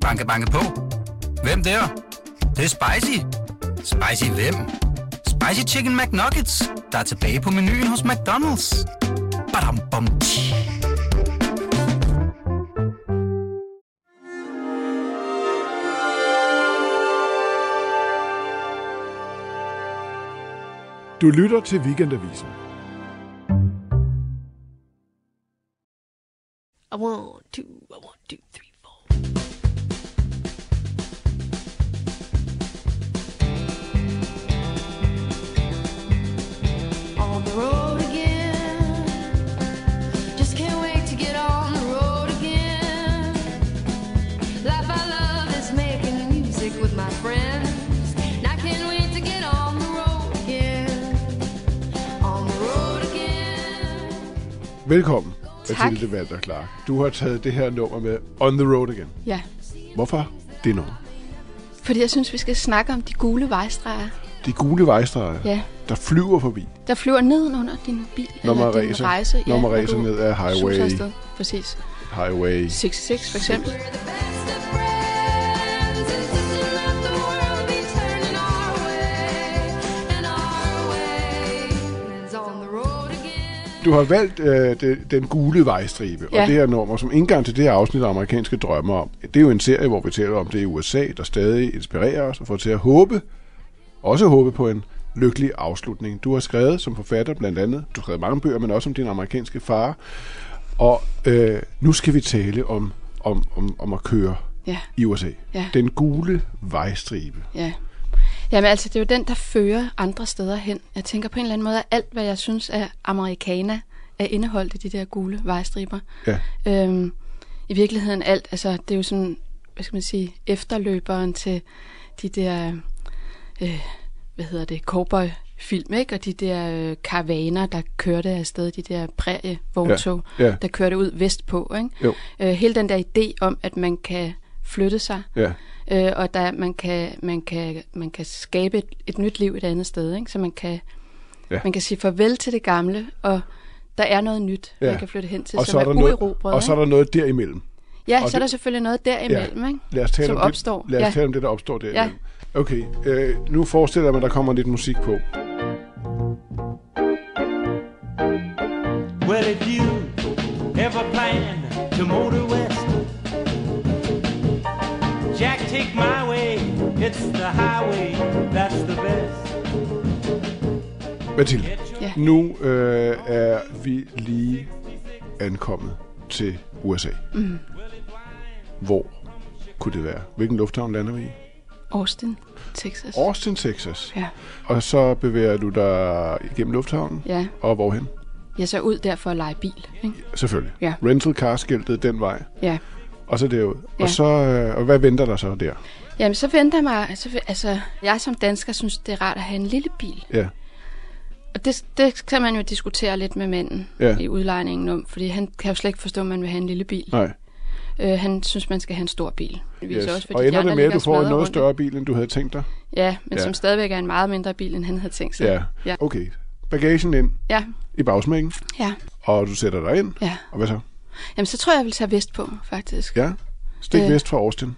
Banke, banke på. Hvem der? Det, det er spicy. Spicy hvem? Spicy Chicken McNuggets, der er tilbage på menuen hos McDonald's. Badum, bom, tji. Du lytter til Weekendavisen. A one, two, a one, two, three, four. On the road again. Just can't wait to get on the road again. Life I love is making music with my friends. And I can't wait to get on the road again. On the road again. Velkommen, Tak. Mathilde Valder Clark. Du har taget det her nummer med On The Road igen. Ja, Hvorfor det nummer? fordi jeg synes, vi skal snakke om de gule vejstreger, De gule vejstreger, Ja. der flyver forbi, der flyver ned under din bil når man eller din ræser, rejse. når man ja, ræser du ned ad highway, suser afsted. Præcis. highway 66 for eksempel. We're the best of friends, insisting that the world be turning our way and our way is on the road again. Du har valgt øh, det, den gule vejstribe, ja. Ja. og det her nummer som indgang til det her afsnit af amerikanske drømme om. Det er jo en serie, hvor vi taler om det i USA, der stadig inspirerer os og får til at håbe, også håbe på en lykkelig afslutning. Du har skrevet som forfatter blandt andet, du har skrevet mange bøger, men også om din amerikanske far. Og øh, nu skal vi tale om, om, om, om at køre Ja, i USA. Ja. Den gule vejstribe. ja. Jamen altså, det er jo den, der fører andre steder hen. Jeg tænker på en eller anden måde, at alt, hvad jeg synes er amerikaner, er indeholdt i de der gule vejstriber. Ja. Øhm, I virkeligheden alt, altså det er jo sådan, hvad skal man sige, efterløberen til de der, øh, hvad hedder det, cowboy film, ikke? Og de der øh, karavaner, der kørte afsted, de der prærievogntog, Ja, ja. der kørte ud vestpå, ikke? Jo. Øh, hele den der idé om, at man kan flytte sig, Ja. øh, og der, man, kan, man, kan, man kan skabe et, et nyt liv et andet sted, ikke? Så man kan, Ja. ja. man kan sige farvel til det gamle, og der er noget nyt, Ja. man kan flytte hen til, Og som så, er der noget, uerobret, og så er der noget derimellem. Ja, Og så er det- der selvfølgelig noget derimellem, ja. ikke? Lad os tale som om opstår. Det, lad os ja. tale om det, der opstår der. Ja. Okay, øh, nu forestiller jeg mig, at der kommer lidt musik på. Well, if you ever plan to motor west, Jack, take my way. It's the highway that's the best. Mathilde, Ja. nu øh, er vi lige ankommet til USA. Mm. Hvor kunne det være? Hvilken lufthavn lander vi i? Austin, Texas. Austin, Texas. Ja. Og så bevæger du dig igennem lufthavnen? Ja. Og hvorhen? Jeg så ud der for at lege bil, ikke? Selvfølgelig. Ja. Rental car-skiltet den vej. Ja. Og så derud. Ja. Og, så, øh, og hvad venter der så der? Jamen, så venter jeg mig... Så, vil- altså, jeg som dansker synes, det er rart at have en lille bil. Ja. Og det, det kan man jo diskutere lidt med manden Ja. i udlejningen om, fordi han kan jo slet ikke forstå, at man vil have en lille bil. Nej. Øh, han synes, man skal have en stor bil. Det viser også, fordi og de ender andre det med, at ligger du og får en smadrer noget rundt, større bil, end du havde tænkt dig? ikke? Ja, men Ja. som stadigvæk er en meget mindre bil, end han havde tænkt sig. Ja. Ja. Okay. Bagagen ind Ja, i bagsmækken, ja, og du sætter dig ind. ja. Og hvad så? Jamen, så tror jeg, jeg vil tage vest på, faktisk. Ja. Stik Øh. vest fra Austin.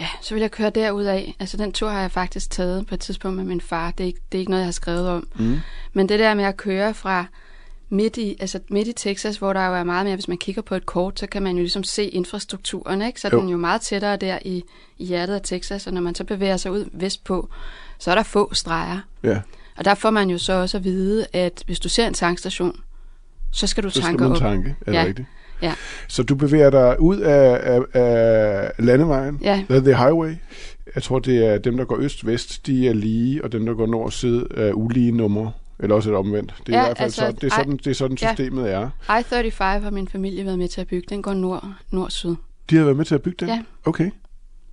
Ja, så vil jeg køre derud af. Altså, den tur har jeg faktisk taget på et tidspunkt med min far. Det er ikke, det er ikke noget, jeg har skrevet om. Mm. Men det der med at køre fra midt i, altså midt i Texas, hvor der jo er meget mere, hvis man kigger på et kort, så kan man jo ligesom se infrastrukturen, ikke? Så Jo. jo. den er jo meget tættere der i, i hjertet af Texas, og når man så bevæger sig ud vestpå, så er der få streger. Ja. Og der får man jo så også at vide, at hvis du ser en tankstation, så skal du Så skal tanke man op. tanke. Er det ja. rigtigt? Ja. Så du bevæger dig ud af, af, af landevejen, Ja. Hvad er The Highway. Jeg tror, det er dem, der går øst-vest, de er lige, og dem, der går nord-syd, er ulige numre. Eller også er det omvendt. Det er Ja, i hvert fald altså, sådan, det er sådan, ej. det er sådan Ja. systemet er. I-35 har min familie været med til at bygge. Den går nord, nord-syd. De har været med til at bygge den? Ja. Okay.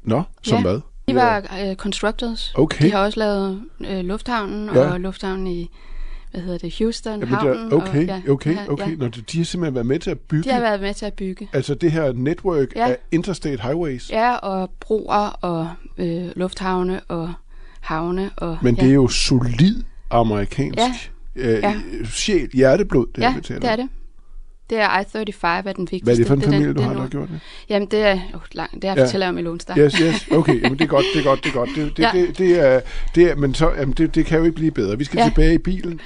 Nå, som Ja. hvad? De var øh, Constructors. Okay. De har også lavet øh, lufthavnen Ja. ja. og lufthavnen i, hvad hedder det, Houston, Jamen, det havnen. er, okay, og, okay, okay. Nå, de de har simpelthen været med til at bygge De har været med til at bygge. Altså det her network ja. Ja. af interstate highways. Ja. Ja, og broer og øh, lufthavne og havne. Og, Men ja. det er jo solid amerikansk Ja. Øh, Ja. sjæl, hjerteblod, det ja, vi taler det er om. det. Det er I-35 er den vigtigste. Hvad er det for en den- familie, du den har, der nord- har gjort det? Jamen, det er... Oh, lang, det er, jeg Ja. ja. fortæller om i Lone Star. Yes, yes. Okay, jamen, det er godt, det er godt, det er godt. Det, det, Ja. det, det, er, det er, men så, jamen, det, det kan jo ikke blive bedre. Vi skal ja. Ja. tilbage i bilen.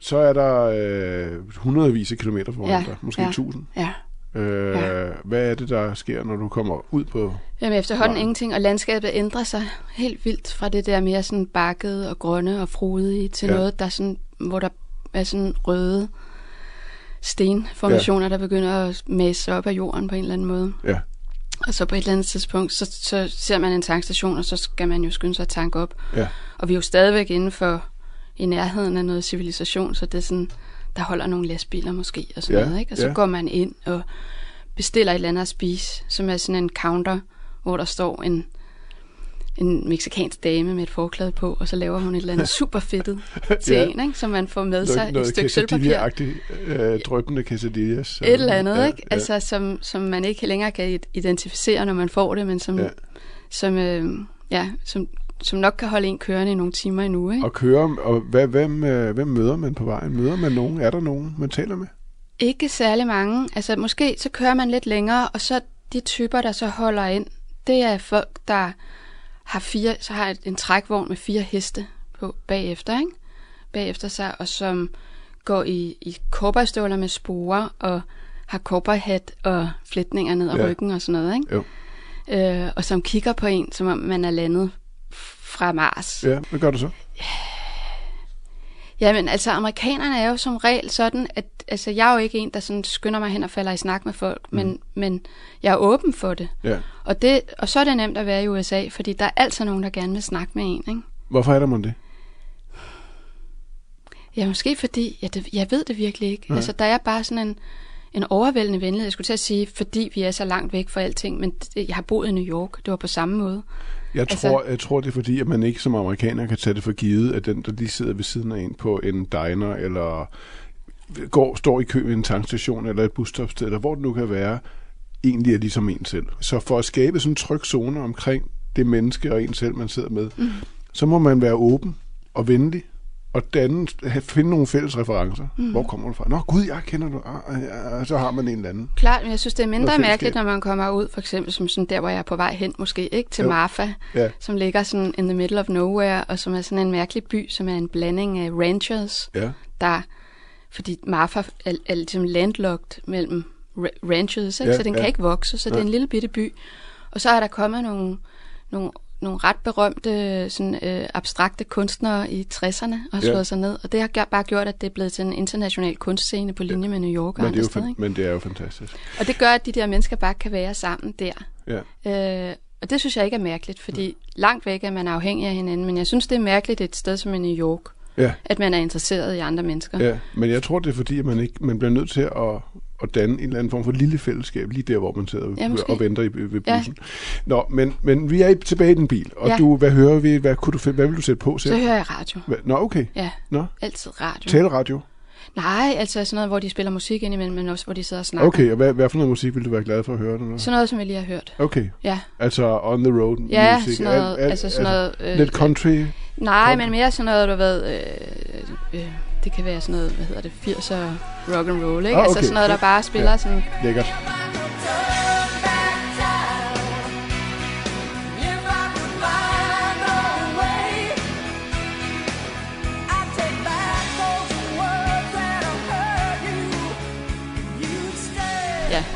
Så er der øh, hundredvis af kilometer foran ja. Ja, dig, måske ja. tusind. Ja. Øh, ja. Ja. Hvad er det, der sker, når du kommer ud på... Jamen, efterhånden Nej. Nej. ingenting, og landskabet ændrer sig helt vildt fra det der mere sådan bakket og grønne og frodige til Ja. ja. noget, der sådan, hvor der er sådan røde stenformationer, ja. der begynder at masse sig op af jorden på en eller anden måde. Ja, Og så på et eller andet tidspunkt, så, så ser man en tankstation, og så skal man jo skynde sig at tanke op. ja, Og vi er jo stadigvæk inden for i nærheden af noget civilisation, så det er sådan, der holder nogle lastbiler måske og sådan Ja, noget, ikke? Og så ja. går man ind og bestiller et eller andet at spise, som er sådan en counter, hvor der står en en meksikansk dame med et forklæde på, og så laver hun et eller andet super fedtet til Ja. ja. en, ikke? som man får med sig noget, i et noget stykke sølvpapir. quesadilla-agtigt, øh, drøbende quesadillas. øh, Et eller andet, ja, ikke? Ja. Altså, som, som man ikke længere kan i- identificere, når man får det, men som, Ja. ja. som, øh, ja, som, som nok kan holde en kørende i nogle timer endnu, ikke? Og køre, og hvad, hvem, øh, hvem møder man på vejen? Møder man nogen? Er der nogen, man taler med? Ikke særlig mange. Altså, måske så kører man lidt længere, og så de typer, der så holder ind, det er folk, der har fire, så har et- en trækvogn med fire heste på bagefter, ikke? Bagefter sig, og som går i, i cowboystøvler med sporer, og har cowboyhat og flætninger ned ad Ja. ryggen og sådan noget, ikke? Jo. øh, og som kigger på en, som om man er landet fra Mars. Ja. Ja, hvad gør du så? Jamen, altså, amerikanerne er jo som regel sådan, at altså, jeg er jo ikke en, der sådan skynder mig hen og falder i snak med folk, men, men jeg er åben for det. Ja. Og, det. og så er det nemt at være i USA, fordi der er altid nogen, der gerne vil snakke med en, ikke? Hvorfor er der man det? Ja, måske fordi, ja, det, jeg ved det virkelig ikke. Altså, der er bare sådan en, en overvældende venlighed. Jeg skulle til at sige, fordi vi er så langt væk fra alting, men det, jeg har boet i New York, det var på samme måde. Jeg Altså- tror, jeg tror, det er fordi, at man ikke som amerikaner kan tage det for givet, at den, der lige sidder ved siden af en på en diner, eller går, står i kø ved en tankstation, eller et busstopsted, eller hvor det nu kan være, egentlig er ligesom en selv. Så for at skabe sådan en tryg zone omkring det menneske og en selv, man sidder med, mm. så må man være åben og venlig, og danne, have- finde nogle fælles referencer. Mm. Hvor kommer du fra? Nå, gud, jeg kender du. Ah, ja, og så har man en eller anden. Klart, men jeg synes, det er mindre Noget fællesskab. mærkeligt, når man kommer ud, for eksempel som sådan der, hvor jeg er på vej hen, måske ikke til Jo. Marfa, Ja. som ligger sådan in the middle of nowhere, og som er sådan en mærkelig by, som er en blanding af ranchers, Ja. der, fordi Marfa er, er ligesom landlocked mellem ra- ranches, ikke? Ja, så den ja. kan ikke vokse, så det er en lille bitte by. Og så er der kommet nogle, nogle, nogle ret berømte sådan, øh, abstrakte kunstnere i 60'erne og har Ja. slået sig ned, og det har gjort- bare gjort, at det er blevet til en international kunstscene på linje med New York Men det, og er andre jo, steder. fan- Ikke? men det er jo fantastisk. Og det gør, at de der mennesker bare kan være sammen der. Ja. Øh, og det synes jeg ikke er mærkeligt, fordi langt væk er man afhængig af hinanden, men jeg synes, det er mærkeligt et sted som i New York, Ja. at man er interesseret i andre mennesker. Ja, men jeg tror, det er fordi, at man, ikke, man bliver nødt til at, at danne en eller anden form for lille fællesskab, lige der, hvor man sidder Ja, ja, måske. og venter i, ved Ja. bussen. Ja. Nå, men, men vi er i- tilbage i den bil, og ja. Ja. du, hvad hører vi? Hvad, kunne du, finde- hvad vil du sætte på Så selv? hører jeg radio. Hvad- Nå, okay. Ja, Nå, altid radio. taleradio. Nej, altså sådan noget, hvor de spiller musik indimellem, men også hvor de sidder og snakker. Okay, og hvad, hvad for noget musik vil du være glad for at høre? Når du... Sådan noget, som jeg lige har hørt. Okay, Ja, altså on the road ja music. sådan noget, altså sådan noget... Øh, Lidt country. Nej, country. men mere sådan noget, du ved... Øh, øh, det kan være sådan noget, hvad hedder det, 80'er rock and roll, ikke? Ah, okay. Altså sådan noget, der bare spiller Ja. ja. sådan... Lækkert.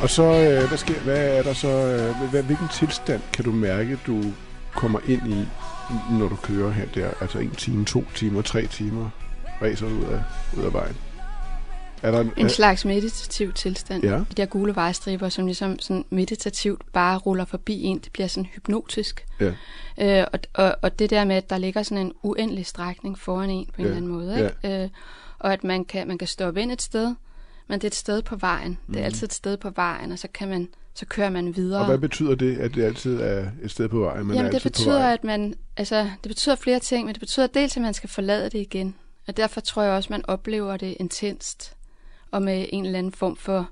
Og så, øh, hvad sker, hvad er der så, øh, hvad, hvilken tilstand kan du mærke, du kommer ind i, n- når du kører her der? Altså en time, to timer, tre timer, racer du ud af, ud af vejen? Er der en, øh, En er- slags meditativ tilstand. Ja. De der gule vejstriber, som ligesom sådan meditativt bare ruller forbi en. Det bliver sådan hypnotisk. Ja. Øh, og, og, og det der med, at der ligger sådan en uendelig strækning foran en på en Ja. eller anden måde. Ja. Ikke? Øh, og at man kan, man kan stoppe ind et sted, men det er et sted på vejen. Det er altid et sted på vejen, og så, kan man, så kører man videre. Mhm. Og hvad betyder det, at det altid er et sted på vejen? Man er Jamen, det altid på betyder, vejen? at man, altså, det betyder flere ting, men det betyder dels, at man skal forlade det igen. Og derfor tror jeg også, at man oplever det intenst, og med en eller anden form for,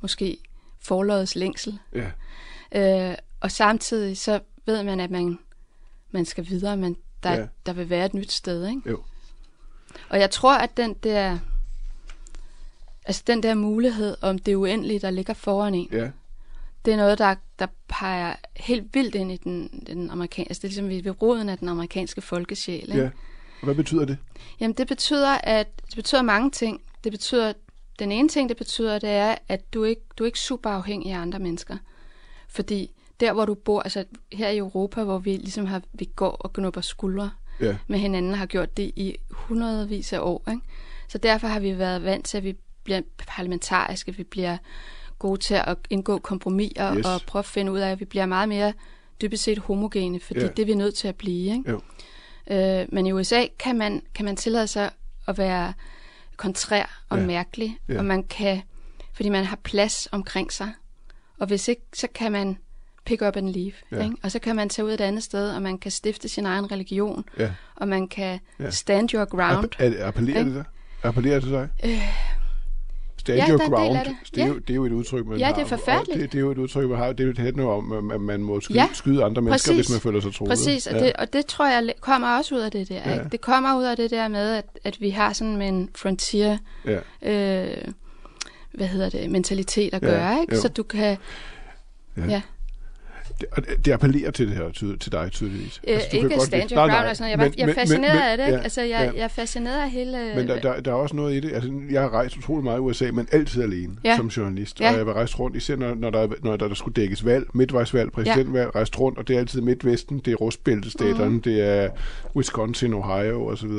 måske, forlodets længsel. Ja. Øh, og samtidig så ved man, at man, man skal videre, men der, Ja. ja. der vil være et nyt sted, ikke? Jo. Og jeg tror, at den der... Altså den der mulighed om det uendelige, der ligger foran en, Ja, det er noget, der, der peger helt vildt ind i den, den amerikanske, altså det er ligesom ved ved roden af den amerikanske folkesjæl. Ikke? ja. Og hvad betyder det? Jamen det betyder, at det betyder mange ting. Det betyder, den ene ting, det betyder, det er, at du ikke, du er ikke super afhængig af andre mennesker. Fordi der, hvor du bor, altså her i Europa, hvor vi ligesom har, vi går og knupper skuldre Ja, med hinanden, og har gjort det i hundredvis af år. Ikke? Så derfor har vi været vant til, at vi bliver parlamentariske, vi bliver gode til at indgå kompromiser Yes. yes. og prøve at finde ud af, at vi bliver meget mere dybest set homogene, fordi Ja. ja. det er vi nødt til at blive. Ikke? jo. Øh, men i USA kan man, kan man tillade sig at være kontrær og Ja. ja. mærkelig, Ja. ja. og man kan, fordi man har plads omkring sig. Og hvis ikke, så kan man pick up and leave. Ja. Ja. Ikke? Og så kan man tage ud et andet sted, og man kan stifte sin egen religion, Ja. og man kan Ja. ja. stand your ground. App- er- appellerer det dig? Appellerer det til dig? Stand Øh. ja, your der er en del ground, af det. Det, er jo, Ja. det er jo et udtryk, man Ja, det er har, og forfærdeligt. Det, det er jo et udtryk, man har. Det er jo et hættende om, at man- man må skyde, Ja, skyde andre mennesker, hvis man føler sig troet. Præcis, og, ja. ja. det, og det tror jeg li- kommer også ud af det der. Ja. Ja. Ikke? Det kommer ud af det der med, at, at vi har sådan en frontier, Ja. øh, hvad hedder det, mentalitet at Ja, gøre, ikke? jo. Altså, Så du kan... Ja. ja. Det, og det- det appellerer til det her, ty- til dig tydeligvis. Øh, altså, du kan ikke godt stand lide- your Nej, ground nej, og sådan noget. Jeg, var, jeg er fascineret af det. Ikke? altså, jeg, ja. jeg er fascineret af hele... øh, Men der, der, der er også noget i det. Altså, jeg har rejst utrolig meget i USA, men altid alene ja. Ja. som journalist. Ja. Ja. Og jeg har rejst rundt, især når, når, der, når der, der skulle dækkes valg, midtvejsvalg, præsidentvalg, ja. rejst rundt, og det er altid Midtvesten, det er Rustbæltestaterne, Mm. mm-hmm. det er Wisconsin, Ohio osv.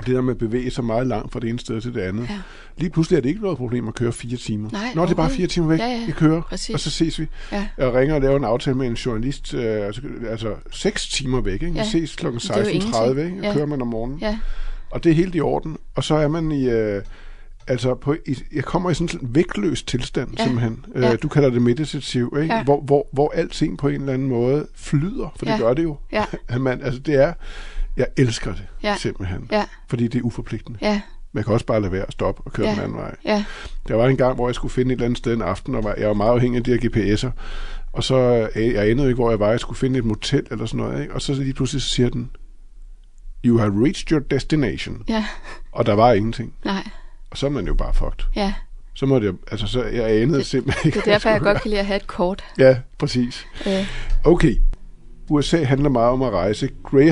Det der med at bevæge sig meget langt fra det ene sted til det andet. Ja. Ja. Lige pludselig er det ikke noget problem at køre fire timer. Nej, Nå, det er bare overhovedet fire timer væk. Ja, ja. Vi kører, Præcis. og så ses vi. Ja. Jeg ringer og laver en aftale med en journalist, øh, altså, altså seks timer væk. Ikke? Vi Ja. ses kl. Det er jo 16.30, ikke? ingenting. og Ja. kører man om morgenen. Ja, Og det er helt i orden. Og så er man i... Øh, altså, på, i, jeg kommer i sådan en vægtløs tilstand, ja. Ja. simpelthen. Øh, Ja. Du kalder det meditativ, ikke? Ja. Ja. Hvor, hvor, hvor alting på en eller anden måde flyder, for det Ja. gør det jo. Ja. At man, altså, det er... Jeg elsker det, Ja. simpelthen. ja, Fordi det er uforpligtende. ja, Man kan også bare lade være at stoppe og køre Ja. den anden vej. ja. Der var en gang, hvor jeg skulle finde et eller andet sted en aften, og var- jeg var meget afhængig af de her GPS'er. Og så øh, jeg anede ikke, hvor jeg var. Jeg skulle finde et motel eller sådan noget. Ikke? Og så lige pludselig så siger den, You have reached your destination. Ja, Og der var ingenting. nej, Og så er man jo bare fucked. ja. Så måtte jeg, altså så, jeg anede det, simpelthen ikke. Det er hvad derfor, jeg skulle godt kan lide at have et kort. gøre. Ja, præcis. Øh, Okay. USA handler meget om at rejse.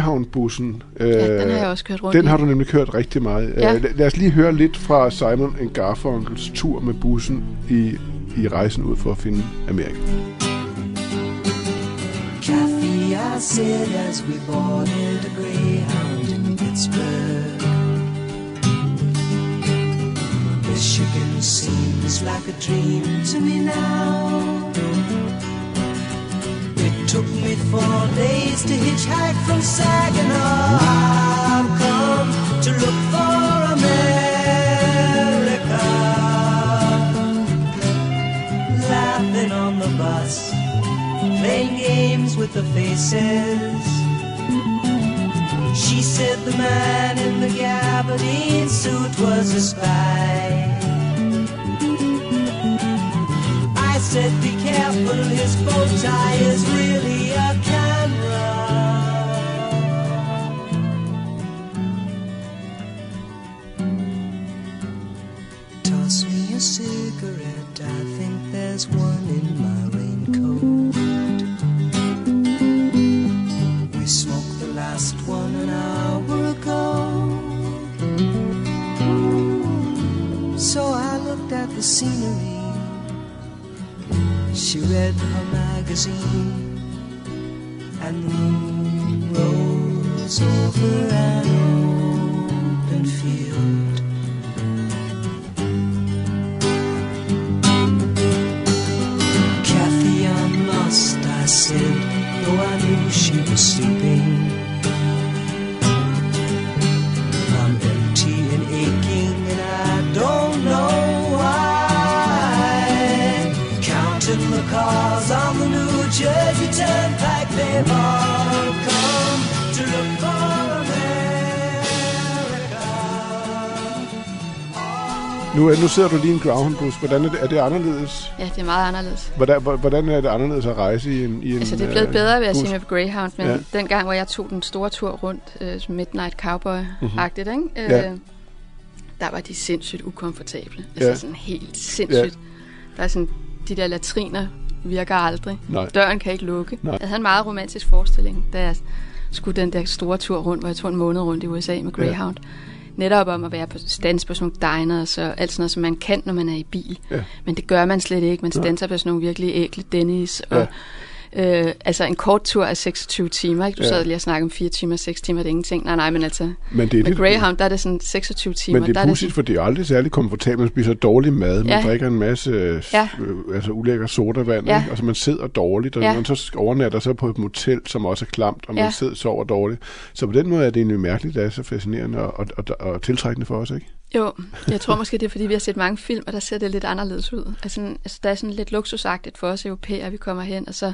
Greyhound-bussen. Øh, ja, den har jeg også kørt rundt Den i. har du nemlig kørt rigtig meget. Ja. Øh, la- Lad os lige høre lidt fra Simon and Garfunkels tur med bussen i, i rejsen ud for at finde Amerika. Kathy, I said as we boarded a Greyhound in Pittsburgh. Michigan seems like a dream to me now. It took me four days to hitchhike from Saginaw. I've come to look for America. Laughing on the bus playing games with the faces. She said the man in the gabardine suit was a spy. I said, be careful, his bow tie is really a camera. Toss me a cigarette, I think there's one in my raincoat. We smoked the last one an hour ago. So I looked at the scenery. She read her magazine, and the moon rose over an open field. Kathy, I'm lost, I said, though I knew she was sleeping. I'm empty and aching, and I don't know why. Counting the cars on the New Jersey Turnpike, they've all come to look for America. Nu, er- nu sidder du lige i en Greyhound-bus. Hvordan er det, er det anderledes? Ja, det er meget anderledes. Hvordan, hvor- hvordan er det anderledes at rejse i en, i en Altså, det er blevet øh, bedre ved at bus? sige med Greyhound, men Ja. ja. den gang, Mhm. hvor jeg tog den store tur rundt, øh, som Midnight Cowboy-agtigt, ikke? Øh, Ja. der var de sindssygt ukomfortable. Ja. Altså ja. sådan helt sindssygt. Ja. Der er sådan, de der latriner virker aldrig. Nej. Døren kan ikke lukke. Nej. Jeg havde en meget romantisk forestilling, da jeg skulle den der store tur rundt, hvor jeg tog en måned rundt i USA med Greyhound. Ja. Netop om at være på stands på sådan nogle diners og alt sådan noget, som man kan, når man er i bil. Ja. Men det gør man slet ikke. Man standser på sådan nogle virkelig ægle Dennis. Og, øh, altså en kort tur er 26 timer. Ikke? Du Ja. ja. sad lige og snakkede om 4 timer, 6 timer, det er ingenting. Nej, nej, men altså Men det er med lidt- Greyhound, der er det sådan 26 timer. Men det der er er pudsigt, for det er aldrig særlig komfortabelt. Man spiser dårlig mad, man Ja. drikker en masse øh, Ja. øh, altså ulækker sodavand, Ja. ja. altså man sidder dårligt, og ja. Ja. man så overnatter så på et motel, som også er klamt, og man Ja. sidder og sover dårligt. Så på den måde er det egentlig mærkeligt, at det er så fascinerende og, og, og, og tiltrækkende for os, ikke? Jo, jeg tror måske, det er, fordi vi har set mange film, og der ser det lidt anderledes ud. Altså, altså der er sådan lidt luksusagtigt for os europæere, vi kommer hen, og så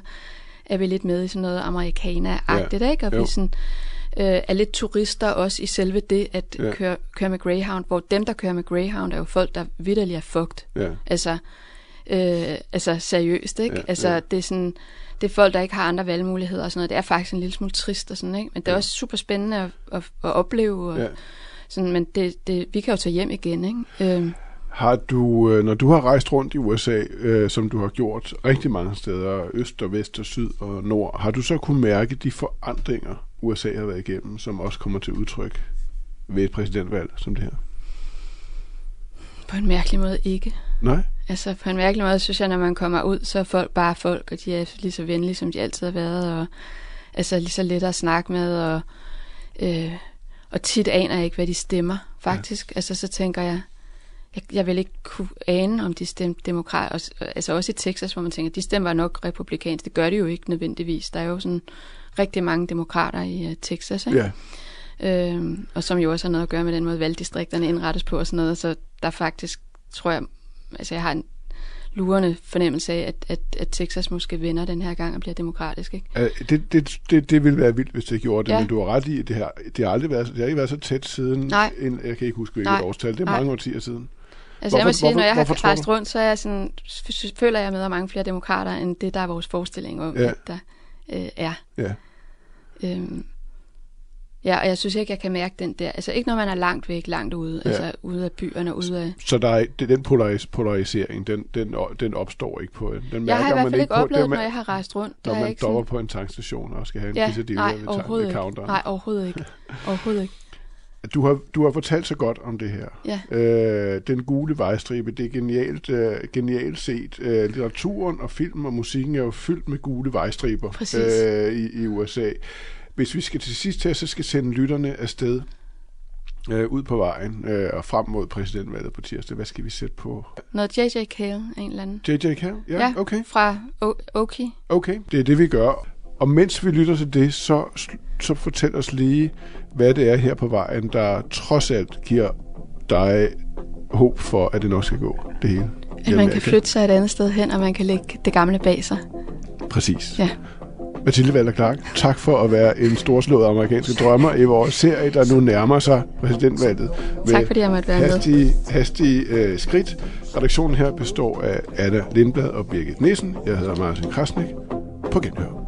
er vi lidt med i sådan noget amerikaner-agtigt, Ja, ikke? Og jo. vi sådan, øh, er lidt turister også i selve det at Ja. ja. køre, køre med Greyhound, hvor dem, der kører med Greyhound, er jo folk, der vidderligt er fucked. Ja. Altså, øh, altså seriøst, ikke? Ja, Ja, altså, ja. ja. det er sådan... Det er folk, der ikke har andre valgmuligheder og sådan noget. Det er faktisk en lille smule trist og sådan, ikke? Men det er ja. også super spændende at, at, at opleve. Og, Ja. ja. Sådan, men det, det, vi kan jo tage hjem igen, ikke? Øhm, Har du, øh, når du har rejst rundt i USA, øh, som du har gjort rigtig mange steder, øst og vest og syd og nord, har du så kunne mærke de forandringer, USA har været igennem, som også kommer til udtryk ved et præsidentvalg som det her? på en mærkelig måde ikke. Nej? Altså, på en mærkelig måde, synes jeg, når man kommer ud, så er folk bare folk, og de er lige så venlige, som de altid har været, og altså lige så let at snakke med, og, øh, og tit aner jeg ikke, hvad de stemmer, faktisk. Ja. Altså, så tænker jeg, jeg, jeg vil ikke kunne ane, om de stemte demokrat, og, s- altså også i Texas, hvor man tænker, de stemmer nok republikansk. Det gør de jo ikke nødvendigvis. Der er jo sådan rigtig mange demokrater i uh, Texas, ikke? Ja. Øhm, og som jo også har noget at gøre med den måde, valgdistrikterne indrettes på og sådan noget. Så der faktisk, tror jeg, altså jeg har en lurende fornemmelse af, at, at, at Texas måske vinder den her gang og bliver demokratisk. Ikke? Øh, Det, det, det, det ville være vildt, hvis det gjorde det, ja. Ja. men du har ret i, at det har, det har aldrig været, så- det har ikke været så tæt siden, Nej. En, jeg kan ikke huske hvilket Nej. årstal, det er Nej. mange årtier siden. Altså hvorfor, jeg Hvorfor- må sige, hvorfor- når jeg hvorfor har tror rejst du? rundt, så er jeg sådan, f- føler jeg med at mange flere demokrater, end det, der er vores forestilling om, Ja. ja. at der øh, er. Ja, Øhm, ja, og jeg synes ikke, jeg kan mærke den der. Altså ikke når man er langt væk, langt ude. Ja. Ja. Altså ude af byerne, ude af... så der er, det, den polaris, polarisering, den, den, den opstår ikke på, den mærker Jeg har i hvert man fald ikke på, oplevet, den, når jeg har rejst rundt. Der når er man ikke sådan- dopper på en tankstation og skal have en pizza deal nej, ved overhovedet tank- ikke. counteren. Nej, overhovedet ikke. Overhovedet ikke. Du har, du har fortalt så godt om det her. Ja. Øh, den gule vejstribe, det er genialt, øh, genialt set. Øh, litteraturen og film og musikken er jo fyldt med gule vejstriber Præcis. øh, i, i USA. Hvis vi skal til sidst her, så skal sende lytterne afsted øh, ud på vejen øh, og frem mod præsidentvalget på tirsdag. Hvad skal vi sætte på? Noget J.J. Cale, en eller anden. J.J. Carroll? Ja, ja, okay. Fra o- Oki. Okay, det er det, vi gør. Og mens vi lytter til det, så, så fortæl os lige, hvad det er her på vejen, der trods alt giver dig håb for, at det nok skal gå, det hele. At man kan flytte sig et andet sted hen, og man kan lægge det gamle bag sig. Præcis. Ja. Mathilde Valder Clark, tak for at være en storslået amerikansk drømmer i vores serie, der nu nærmer sig præsidentvalget. Tak, fordi jeg måtte være med. hastige, med. Hastige øh, skridt. Redaktionen her består af Anna Lindblad og Birgit Nissen. Jeg hedder Martin Krasnik. På genhør.